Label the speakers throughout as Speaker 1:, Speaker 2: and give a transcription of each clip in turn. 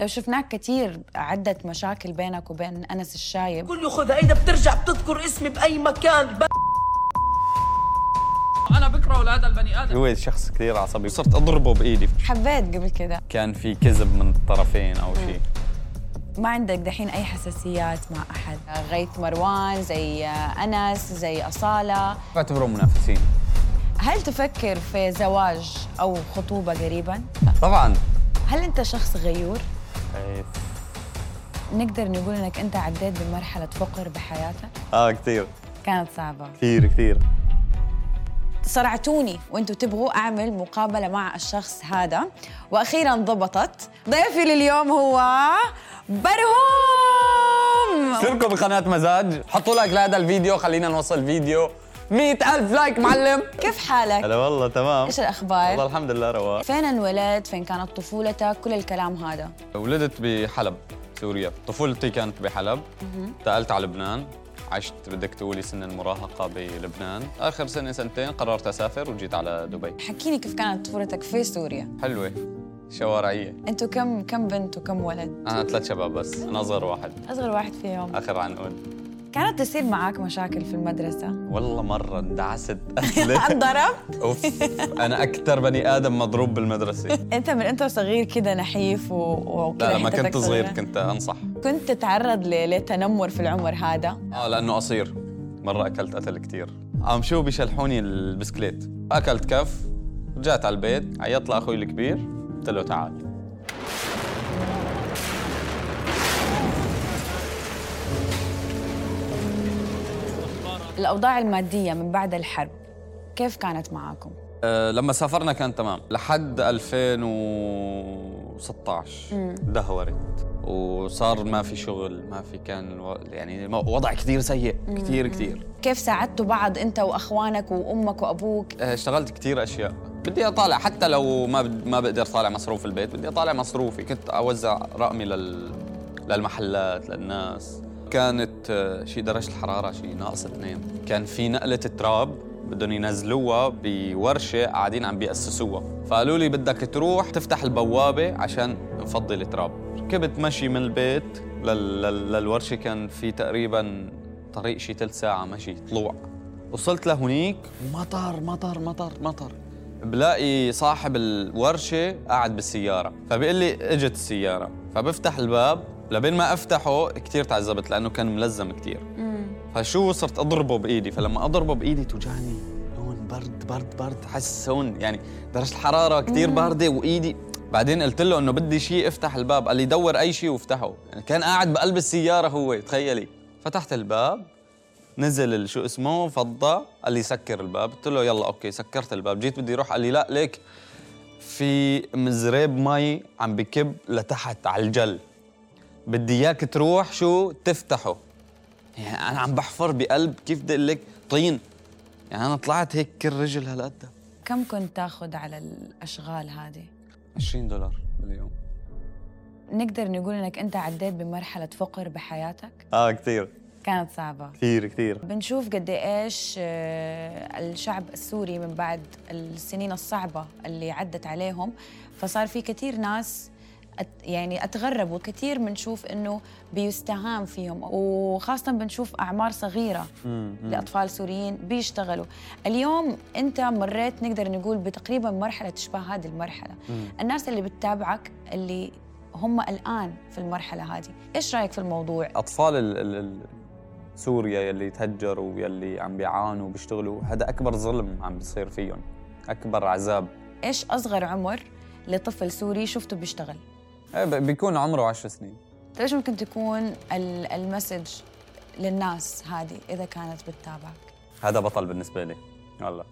Speaker 1: لو شفناك كتير عدة مشاكل بينك وبين أنس الشايب
Speaker 2: كل خدعينة بترجع بتذكر اسمي بأي مكان ب...
Speaker 3: انا بكره اولاد البني ادم
Speaker 4: هو شخص كثير عصبي صرت اضربه بايدي
Speaker 1: حبيت قبل كده
Speaker 4: كان في كذب من الطرفين او شيء
Speaker 1: ما عندك دحين أي حساسيات مع أحد غيث مروان زي أنس زي أصالة
Speaker 4: بعتبرهم منافسين
Speaker 1: هل تفكر في زواج أو خطوبة قريبا؟
Speaker 4: طبعا
Speaker 1: هل أنت شخص غيور؟
Speaker 4: إيه.
Speaker 1: نقدر نقول أنك أنت عديت بمرحلة فقر بحياتك؟
Speaker 4: اه كثير
Speaker 1: كانت صعبة
Speaker 4: كثير كثير
Speaker 1: صرعتوني وانتوا تبغوا اعمل مقابله مع الشخص هذا واخيرا ضبطت ضيفي لليوم هو برهوم
Speaker 4: سيركم بقناة مزاج حطوا لايك لهذا الفيديو خلينا نوصل فيديو مئة ألف لايك معلم
Speaker 1: كيف حالك
Speaker 4: هلا والله تمام
Speaker 1: ايش الأخبار؟
Speaker 4: والله الحمد لله رواق
Speaker 1: فين انولدت فين كانت طفولتك كل الكلام هذا
Speaker 4: ولدت بحلب سوريا طفولتي كانت بحلب انتقلت على لبنان عشت بدك تقولي سن المراهقة بلبنان آخر سنة سنتين قررت أسافر وجيت على دبي
Speaker 1: حكيني كيف كانت طفولتك في سوريا
Speaker 4: حلوة شوارعية
Speaker 1: انتوا كم كم بنت وكم ولد
Speaker 4: أنا ثلاث شباب بس أنا أصغر واحد
Speaker 1: اصغر واحد فيهم
Speaker 4: آخر عنقود
Speaker 1: كانت تصير معاك مشاكل في المدرسه
Speaker 4: والله مرة اندعست أهلي
Speaker 1: انضربت
Speaker 4: أوف أنا أكثر بني آدم مضروب بالمدرسة
Speaker 1: انت من انت وصغير كده نحيف و... وكده
Speaker 4: لا لما
Speaker 1: حتتك
Speaker 4: كنت صغير
Speaker 1: صغيرة.
Speaker 4: كنت أنصح
Speaker 1: كنت تتعرض ل- لتنمر في العمر هذا
Speaker 4: اه لانه قصير مره اكلت قتل كتير قام شو بيشلحوني البسكليت اكلت كف رجعت على البيت عيطت لاخوي الكبير قلت له تعال
Speaker 1: الأوضاع المادية من بعد الحرب كيف كانت معاكم؟
Speaker 4: أه لما سافرنا كان تمام لحد 2016 دهورت وصار ما في شغل ما في كان الو... يعني المو- وضع كثير سيء كثير كثير
Speaker 1: كيف ساعدتوا بعض أنت وأخوانك وأمك وأبوك؟
Speaker 4: أه، اشتغلت كثير اشياء بدي اطالع حتى لو ما بد... ما بقدر طالع مصروف البيت بدي اطالع مصروفي كنت اوزع رقمي لل... للمحلات للناس كانت آه، شي درجه الحراره شي ناقص اثنين كان في نقله تراب بدهم ينزلوها بورشه قاعدين عم بيأسسوها فقالوا لي بدك تروح تفتح البوابه عشان نفضي التراب ركبت مشي من البيت لل... لل... للورشه كان في تقريبا طريق شي ثلث ساعه مشي طلوع وصلت لهونيك مطر مطر مطر مطر بلاقي صاحب الورشة قاعد بالسيارة فبيقول لي اجت السيارة فبفتح الباب لبين ما افتحه كثير تعذبت لانه كان ملزم كثير فشو صرت اضربه بايدي فلما اضربه بايدي توجعني هون برد برد برد حس هون يعني درجة الحرارة كثير باردة وايدي بعدين قلت له انه بدي شيء افتح الباب قال لي دور اي شيء وافتحه يعني كان قاعد بقلب السيارة هو تخيلي فتحت الباب نزل ال- شو اسمه فضة قال لي سكر الباب قلت له يلا اوكي سكرت الباب جيت بدي اروح قال لي لا ليك في مزريب مي عم بكب لتحت على الجل بدي اياك تروح شو تفتحه يعني انا عم بحفر بقلب كيف بدي اقول لك طين يعني انا طلعت هيك كل رجل هالقد
Speaker 1: كم كنت تاخذ على الأشغال هذه؟
Speaker 4: 20 دولار باليوم
Speaker 1: نقدر نقول أنك أنت عديت بمرحلة فقر بحياتك؟
Speaker 4: اه كثير
Speaker 1: كانت صعبة
Speaker 4: كثير كثير
Speaker 1: بنشوف قد ايش آه، الشعب السوري من بعد السنين الصعبه اللي عدت عليهم فصار في كثير ناس أت- يعني اتغربوا كثير بنشوف انه بيستهان فيهم وخاصه بنشوف اعمار صغيره لاطفال سوريين بيشتغلوا اليوم انت مريت نقدر نقول بتقريبا مرحله تشبه هذه المرحله الناس اللي بتتابعك اللي هم الان في المرحله هذه ايش رايك في الموضوع
Speaker 4: اطفال ال ال ال سوريا يلي تهجروا يلي عم بيعانوا بيشتغلوا هذا اكبر ظلم عم بيصير فيهم اكبر عذاب
Speaker 1: ايش اصغر عمر لطفل سوري شفته بيشتغل
Speaker 4: إيه، ب- بيكون عمره عشر سنين
Speaker 1: طيب ايش ممكن تكون ال- المسج للناس هذه اذا كانت بتتابعك
Speaker 4: هذا بطل بالنسبه لي والله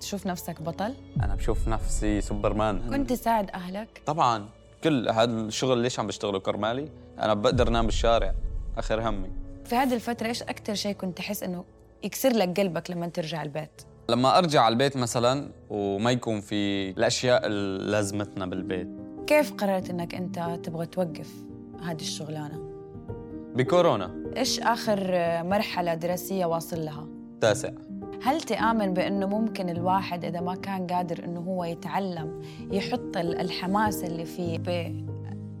Speaker 1: تشوف نفسك بطل
Speaker 4: انا بشوف نفسي سوبرمان
Speaker 1: كنت تساعد اهلك
Speaker 4: طبعا كل هذا الشغل ليش عم بشتغله كرمالي انا بقدر نام بالشارع اخر همي
Speaker 1: في هذه الفتره ايش اكثر شيء كنت تحس انه يكسر لك قلبك لما ترجع البيت
Speaker 4: لما ارجع على البيت مثلا وما يكون في الاشياء اللي لازمتنا بالبيت
Speaker 1: كيف قررت انك انت تبغى توقف هذه الشغلانه
Speaker 4: بكورونا
Speaker 1: ايش اخر آه، مرحله دراسيه واصل لها
Speaker 4: تاسع
Speaker 1: هل تآمن بأنه ممكن الواحد إذا ما كان قادر أنه هو يتعلم يحط ال- الحماس اللي فيه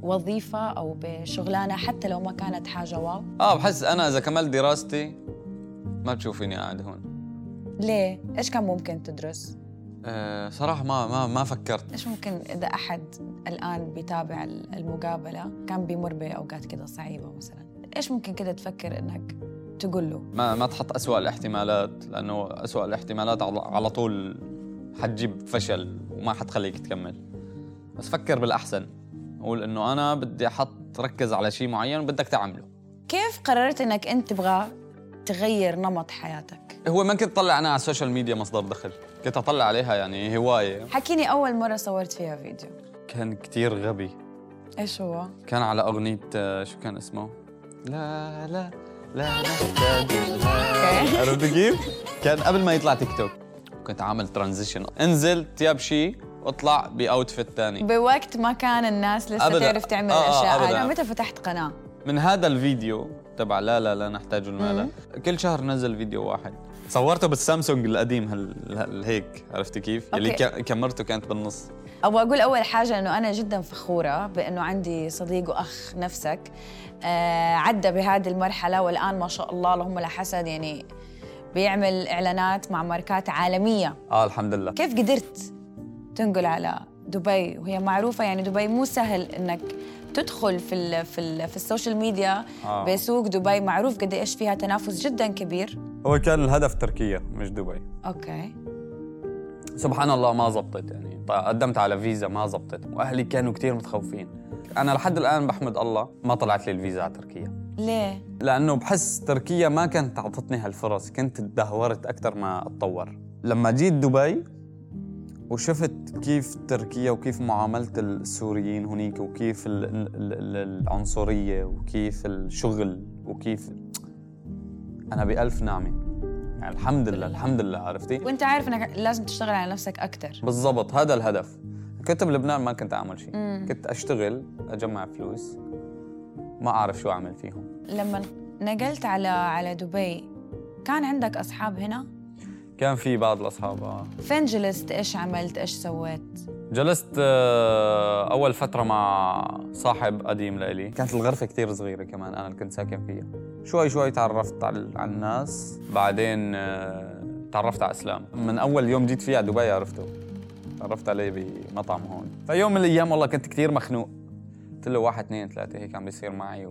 Speaker 1: بوظيفة أو بشغلانة حتى لو ما كانت حاجة واو
Speaker 4: اه بحس انا اذا كملت دراستي ما بتشوفيني قاعد هون
Speaker 1: ليه؟ إيش كان ممكن تدرس؟
Speaker 4: أه صراحه ما ما ما فكرت
Speaker 1: إيش ممكن إذا أحد الآن بيتابع ال- المقابلة كان بيمر بأوقات كده صعيبة مثلا إيش ممكن كده تفكر إنك تقول له
Speaker 4: ما ما تحط اسوء الاحتمالات لانه اسوء الاحتمالات على- على طول حتجيب فشل وما حتخليك تكمل بس فكر بالاحسن قول انه انا بدي احط ركز على شيء معين وبدك تعمله
Speaker 1: كيف قررت إنك أنت تبغى تغير نمط حياتك؟
Speaker 4: هو ما كنت طلع انا على السوشيال ميديا مصدر دخل كنت اطلع عليها يعني هوايه
Speaker 1: حكيني أول مرة صورت فيها فيديو
Speaker 4: كان كتير غبي
Speaker 1: إيش هو؟
Speaker 4: كان على أغنية آه، شو كان اسمه؟ لا لا لا نحتاج الآن. عرفت كيف؟ كان قبل ما يطلع تيك توك كنت عامل ترانزيشن انزل تياب شي واطلع باوتفيت تاني
Speaker 1: بوقت ما كان الناس لسه
Speaker 4: أبداً.
Speaker 1: تعرف تعمل
Speaker 4: آه، آه،
Speaker 1: أشياء
Speaker 4: أبداً.
Speaker 1: أنا متى فتحت قناة؟
Speaker 4: من هذا الفيديو تبع لا لا لا نحتاج المال كل شهر نزل فيديو واحد صورته بالسامسونج القديم هال... هال... هيك عرفت كيف؟ اللي
Speaker 1: أوكي.
Speaker 4: ك- كاميرته كانت بالنص
Speaker 1: أبغى أقول أول حاجة إنه أنا جدا فخورة بإنه عندي صديق وأخ نفسك آه عدى بهذه المرحلة والآن ما شاء الله اللهم لا حسد يعني بيعمل إعلانات مع ماركات عالمية
Speaker 4: اه الحمد لله
Speaker 1: كيف قدرت تنقل على دبي وهي معروفة يعني دبي مو سهل إنك تدخل في ال في ال في السوشيال ميديا
Speaker 4: آه.
Speaker 1: بسوق دبي معروف قد ايش فيها تنافس جدا كبير
Speaker 4: هو كان الهدف تركيا مش دبي
Speaker 1: اوكي
Speaker 4: سبحان الله ما زبطت يعني ط- قدمت على فيزا ما زبطت واهلي كانوا كتير متخوفين انا لحد الان بحمد الله ما طلعت لي الفيزا على تركيا
Speaker 1: ليه
Speaker 4: لانه بحس تركيا ما كانت تعطتني هالفرص كنت تدهورت اكثر ما اتطور لما جيت دبي وشفت كيف تركيا وكيف معاملة السوريين هنيك وكيف ال- ال- ال- العنصرية وكيف الشغل وكيف أنا بألف نعمة يعني الحمد لله الحمد لله عرفتي
Speaker 1: وانت عارف انك لازم تشتغل على نفسك اكثر
Speaker 4: بالضبط هذا الهدف كنت بلبنان ما كنت اعمل شيء كنت اشتغل اجمع فلوس ما اعرف شو اعمل فيهم
Speaker 1: لما نقلت على على دبي كان عندك اصحاب هنا
Speaker 4: كان في بعض الاصحاب آه.
Speaker 1: فين جلست ايش عملت ايش سويت
Speaker 4: جلست آه، اول فتره مع صاحب قديم لإلي كانت الغرفه كتير صغيره كمان انا اللي كنت ساكن فيها شوي شوي تعرفت على على الناس بعدين آه، تعرفت على اسلام من اول يوم جيت فيه على دبي عرفته تعرفت عليه بمطعم هون فيوم من الايام والله كنت كتير مخنوق قلت له واحد اثنين ثلاثه هيك عم بيصير معي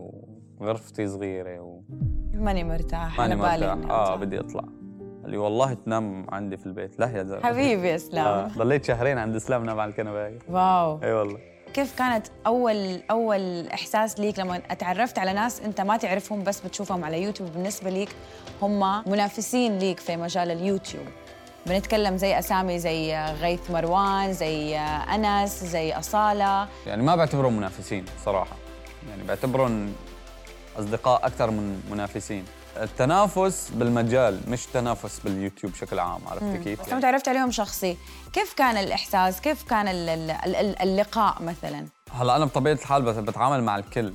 Speaker 4: وغرفتي صغيره و...
Speaker 1: ماني مرتاح
Speaker 4: ماني
Speaker 1: على بالي
Speaker 4: مرتاح
Speaker 1: إني
Speaker 4: اه
Speaker 1: أطلع.
Speaker 4: بدي اطلع قال لي والله تنام عندي في البيت لا يا زلمه
Speaker 1: حبيبي يا
Speaker 4: آه،
Speaker 1: اسلام
Speaker 4: ضليت شهرين عند اسلام نام على الكنبه هاي.
Speaker 1: واو
Speaker 4: اي والله
Speaker 1: كيف كانت اول اول احساس ليك لما اتعرفت على ناس انت ما تعرفهم بس بتشوفهم على يوتيوب بالنسبه ليك هم منافسين ليك في مجال اليوتيوب بنتكلم زي اسامي زي غيث مروان زي انس زي اصاله
Speaker 4: يعني ما بعتبرهم منافسين صراحة يعني بعتبرهم أصدقاء أكثر من منافسين التنافس بالمجال مش تنافس باليوتيوب بشكل عام عرفت كيف؟ يعني
Speaker 1: بس لما تعرفت عليهم شخصي كيف كان الإحساس كيف كان ال- ال- ال- ال- اللقاء مثلا
Speaker 4: هلا أنا بطبيعة الحال بت- بتعامل مع الكل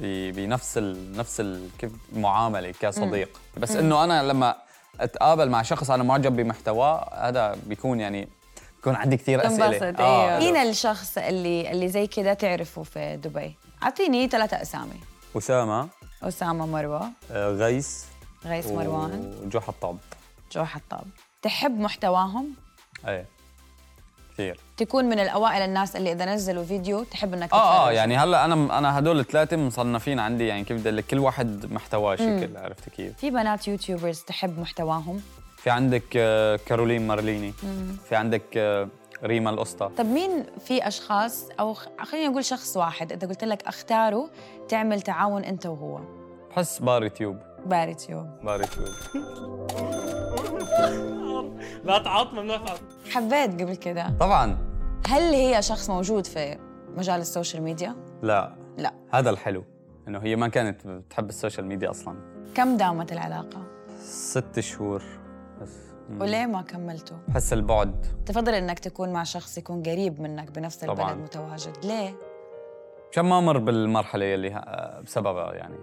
Speaker 4: ب- بنفس ال... نفس ال... كيف المعاملة كصديق بس إنه أنا لما أتقابل مع شخص أنا معجب بمحتواه هذا بيكون يعني بيكون عندي كثير أسئلة
Speaker 1: تنبسط
Speaker 4: آه،
Speaker 1: ايوه مين الشخص اللي اللي زي كذا تعرفه في دبي اعطيني ثلاثة اسامي
Speaker 4: أسامة
Speaker 1: أسامة مروة
Speaker 4: آه، غيث
Speaker 1: غيث مروان
Speaker 4: وجو حطاب
Speaker 1: جو حطاب تحب محتواهم
Speaker 4: ايه كثير
Speaker 1: تكون من الأوائل الناس اللي إذا نزلوا فيديو تحب إنك
Speaker 4: اه اه
Speaker 1: تتفرج.
Speaker 4: يعني هلا انا انا هدول الثلاثه مصنفين عندي يعني كيف بدي أقول لك كل واحد محتواه شكل عرفت كيف؟
Speaker 1: في بنات يوتيوبرز تحب محتواهم
Speaker 4: في عندك آه، كارولين مارليني في عندك آه، ريما القسطى
Speaker 1: طب مين في أشخاص أو خ- خلينا نقول شخص واحد إذا قلت لك اختاره تعمل تعاون أنت وهو
Speaker 4: بحس باري تيوب
Speaker 1: باري تيوب
Speaker 4: باري تيوب
Speaker 3: لا تعاط ممنوع تعاط
Speaker 1: حبيت قبل كده
Speaker 4: طبعا
Speaker 1: هل هي شخص موجود في مجال السوشيال ميديا؟
Speaker 4: لا
Speaker 1: لا
Speaker 4: هذا الحلو انه هي ما كانت بتحب السوشيال ميديا اصلا
Speaker 1: كم دامت العلاقة؟
Speaker 4: ست شهور بس مم.
Speaker 1: وليه ما كملتوا؟
Speaker 4: بحس البعد
Speaker 1: تفضل انك تكون مع شخص يكون قريب منك بنفس البلد
Speaker 4: طبعاً.
Speaker 1: متواجد ليه؟
Speaker 4: مشان ما امر بالمرحله اللي ه- بسببها يعني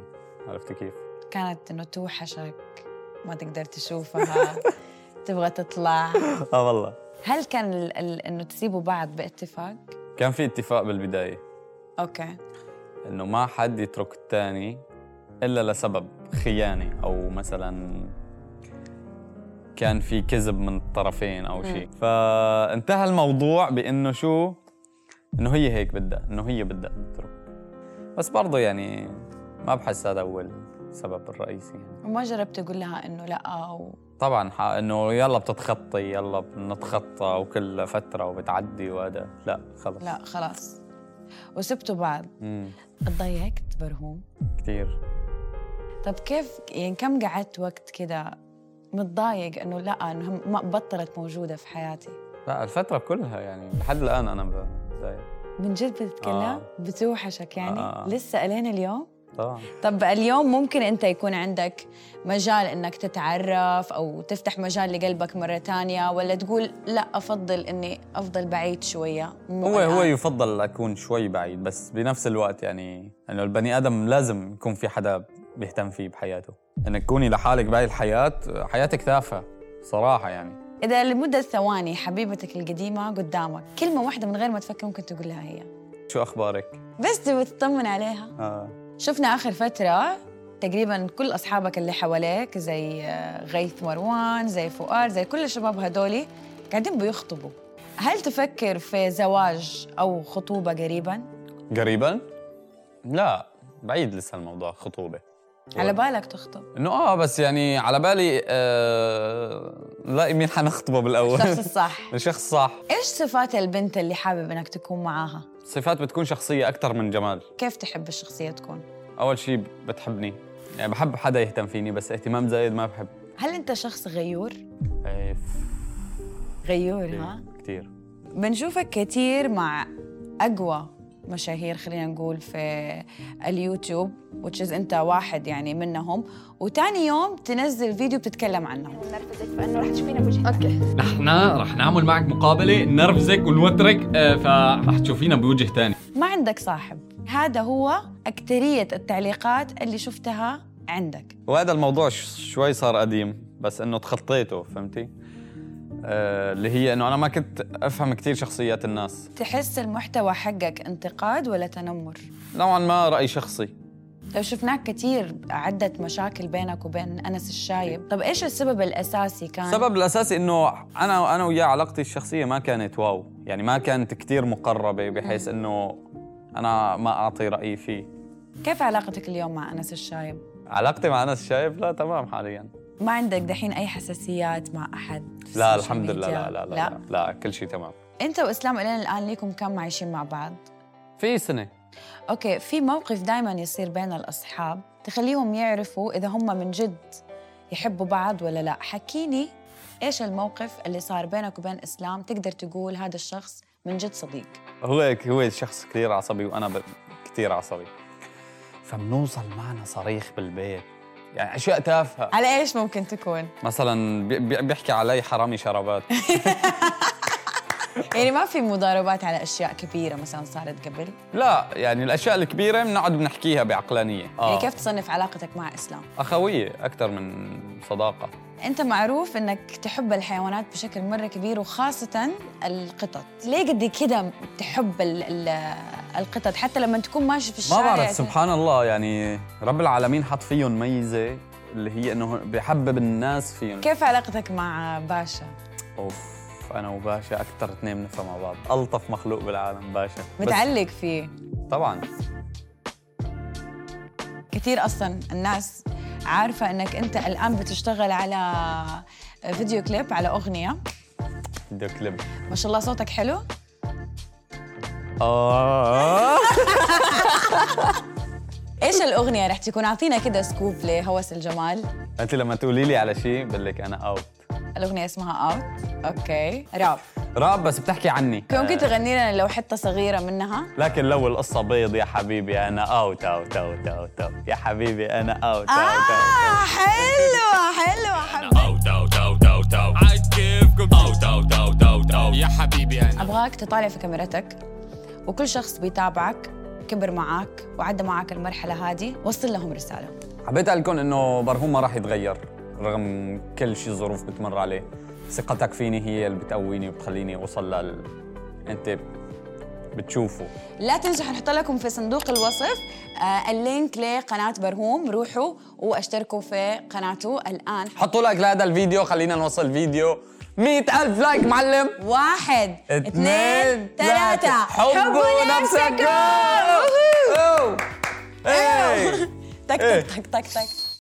Speaker 4: عرفت كيف؟
Speaker 1: كانت انه توحشك ما تقدر تشوفها تبغى تطلع
Speaker 4: اه والله
Speaker 1: هل كان ال- ال- انه تسيبوا بعض باتفاق؟
Speaker 4: كان في اتفاق بالبدايه
Speaker 1: اوكي
Speaker 4: انه ما حد يترك الثاني الا لسبب خيانه او مثلا كان في كذب من الطرفين او شيء فانتهى الموضوع بانه شو انه هي هيك بدها انه هي بدها تترك بس برضه يعني ما بحس هذا هو السبب الرئيسي يعني.
Speaker 1: وما جربت تقول لها انه لا او
Speaker 4: طبعا ح- انه يلا بتتخطي يلا بنتخطى وكل فتره وبتعدي وهذا لا خلص
Speaker 1: لا خلاص وسبتوا بعض
Speaker 4: مم.
Speaker 1: تضايقت برهوم
Speaker 4: كثير
Speaker 1: طب كيف يعني كم قعدت وقت كده متضايق انه لا انه هم- ما بطلت موجوده في حياتي
Speaker 4: لا الفتره كلها يعني لحد الان انا بتضايق
Speaker 1: من جد بتتكلم
Speaker 4: آه.
Speaker 1: بتوحشك يعني
Speaker 4: آه.
Speaker 1: لسه الين اليوم
Speaker 4: طبعا
Speaker 1: طب اليوم ممكن انت يكون عندك مجال انك تتعرف او تفتح مجال لقلبك مره تانية ولا تقول لا افضل اني افضل بعيد شويه مو
Speaker 4: هو هو
Speaker 1: الآن.
Speaker 4: يفضل اكون شوي بعيد بس بنفس الوقت يعني انه البني ادم لازم يكون في حدا بيهتم فيه بحياته انك تكوني لحالك بهاي الحياه حياتك تافهه صراحه يعني
Speaker 1: اذا لمده ثواني حبيبتك القديمه قدامك كلمه واحده من غير ما تفكر ممكن تقول لها هي
Speaker 4: شو اخبارك
Speaker 1: بس تبي تطمن عليها
Speaker 4: آه.
Speaker 1: شفنا آخر فترة تقريبا كل أصحابك اللي حواليك زي آه، غيث مروان زي فؤاد زي كل الشباب هدولي قاعدين بيخطبوا هل تفكر في زواج أو خطوبة قريبا؟
Speaker 4: قريبا لا بعيد لسه الموضوع خطوبه
Speaker 1: على بالك تخطب
Speaker 4: انه اه بس يعني على بالي آه لا مين حنخطبه بالاول
Speaker 1: الشخص الصح
Speaker 4: الشخص صح
Speaker 1: إيش صفات البنت اللي حابب إنك تكون معاها؟
Speaker 4: صفات بتكون شخصيه اكثر من جمال
Speaker 1: كيف تحب الشخصية تكون؟
Speaker 4: اول شيء بتحبني يعني بحب حدا يهتم فيني بس اهتمام زايد ما بحب
Speaker 1: هل أنت شخص غيور؟
Speaker 4: ايه
Speaker 1: غيور
Speaker 4: إيه.
Speaker 1: ها؟
Speaker 4: كثير
Speaker 1: بنشوفك كتير مع أقوى مشاهير خلينا نقول في اليوتيوب which is أنت واحد يعني منهم وتاني يوم تنزل فيديو بتتكلم عنهم
Speaker 5: نرفزك فانه رح تشوفينا بوجهك اوكي
Speaker 6: نحن رح نعمل معك مقابلة نرفزك ونوترك آه، فرح تشوفينا بوجه تاني
Speaker 1: ما عندك صاحب هذا هو أكترية التعليقات اللي شفتها عندك
Speaker 4: وهذا الموضوع ش- شوي صار قديم بس انه تخطيته فهمتي آه اللي هي انه انا ما كنت افهم كثير شخصيات الناس
Speaker 1: تحس المحتوى حقك انتقاد ولا تنمر
Speaker 4: نوعا ما راي شخصي
Speaker 1: لو شفناك كتير عدة مشاكل بينك وبين أنس الشايب طب إيش السبب الأساسي كان؟
Speaker 4: السبب الاساسي انه انا انا وياه علاقتي الشخصيه ما كانت واو يعني ما كانت كثير مقربه بحيث انه انا ما اعطي رايي فيه
Speaker 1: كيف علاقتك اليوم مع أنس الشايب؟
Speaker 4: علاقتي مع انس شايف لا تمام حاليا
Speaker 1: ما عندك دحين اي حساسيات مع احد في
Speaker 4: لا
Speaker 1: السوشيال
Speaker 4: الحمد لله
Speaker 1: ميديا؟
Speaker 4: لا لا لا, لا, لا كل شيء تمام
Speaker 1: انت واسلام الين الان ليكم كم عايشين مع بعض
Speaker 4: في سنه
Speaker 1: اوكي في موقف دائما يصير بين الاصحاب تخليهم يعرفوا اذا هم من جد يحبوا بعض ولا لا حكيني ايش الموقف اللي صار بينك وبين اسلام تقدر تقول هذا الشخص من جد صديق
Speaker 4: هو هيك- هو شخص كثير عصبي وانا ب... كثير عصبي فبنوصل معنا صريخ بالبيت يعني اشياء تافهه
Speaker 1: على ايش ممكن تكون
Speaker 4: مثلا بي- بي- بيحكي علي حرامي شرابات
Speaker 1: يعني ما في مضاربات على اشياء كبيره مثلا صارت قبل
Speaker 4: لا يعني الاشياء الكبيره بنقعد بنحكيها بعقلانيه
Speaker 1: يعني كيف تصنف علاقتك مع اسلام
Speaker 4: اخويه اكثر من صداقه
Speaker 1: انت معروف انك تحب الحيوانات بشكل مره كبير وخاصه القطط ليه قد كده تحب ال- ال- القطط حتى لما تكون ماشي في
Speaker 4: ما
Speaker 1: الشارع
Speaker 4: بعرف سبحان الله يعني رب العالمين حط فيهم ميزه اللي هي انه بحبب الناس فيهم
Speaker 1: كيف علاقتك مع باشا
Speaker 4: اوف انا وباشا اكثر اثنين بنفهم مع بعض الطف مخلوق بالعالم باشا بس-
Speaker 1: متعلق فيه
Speaker 4: طبعا
Speaker 1: كثير اصلا الناس عارفه انك انت الان بتشتغل على فيديو كليب على اغنيه
Speaker 4: فيديو كليب
Speaker 1: ما شاء الله صوتك حلو
Speaker 4: آه
Speaker 1: ايش الاغنيه رح تكون اعطينا كده سكوب لهوس الجمال
Speaker 4: أنت لما تقولي لي على شيء بقول لك أنا أوت
Speaker 1: الاغنيه اسمها اوت اوكي راب
Speaker 4: راب بس بتحكي عني
Speaker 1: ممكن تغني لنا لو حته صغيره منها
Speaker 4: لكن لو القصة بيض يا حبيبي أنا أوت أوت أوت أوت, أوت. يا حبيبي أنا أوت أوت, أوت.
Speaker 1: آه حلوة حلوة حبيبي
Speaker 6: يا حبيبي أنا
Speaker 1: أبغاك تطالع في كاميرتك وكل شخص بيتابعك كبر معك وعدى معك المرحلة هذه وصل لهم رسالة
Speaker 4: حبيت أقول لكم إنه برهوم ما راح يتغير رغم كل شيء ظروف بتمر عليه ثقتك فيني هي اللي بتقويني وبتخليني أوصل لل أنت بتشوفوا
Speaker 1: لا تنسوا حنحط لكم في صندوق الوصف آه، اللينك لقناة برهوم روحوا واشتركوا في قناته الآن
Speaker 4: حطوا لك لهذا الفيديو خلينا نوصل الفيديو مئة ألف لايك معلم
Speaker 1: واحد اثنين ثلاثة
Speaker 4: حبوا نفسكم
Speaker 1: ووهو.
Speaker 4: أوه. إيه.
Speaker 1: تك تك تك تك تك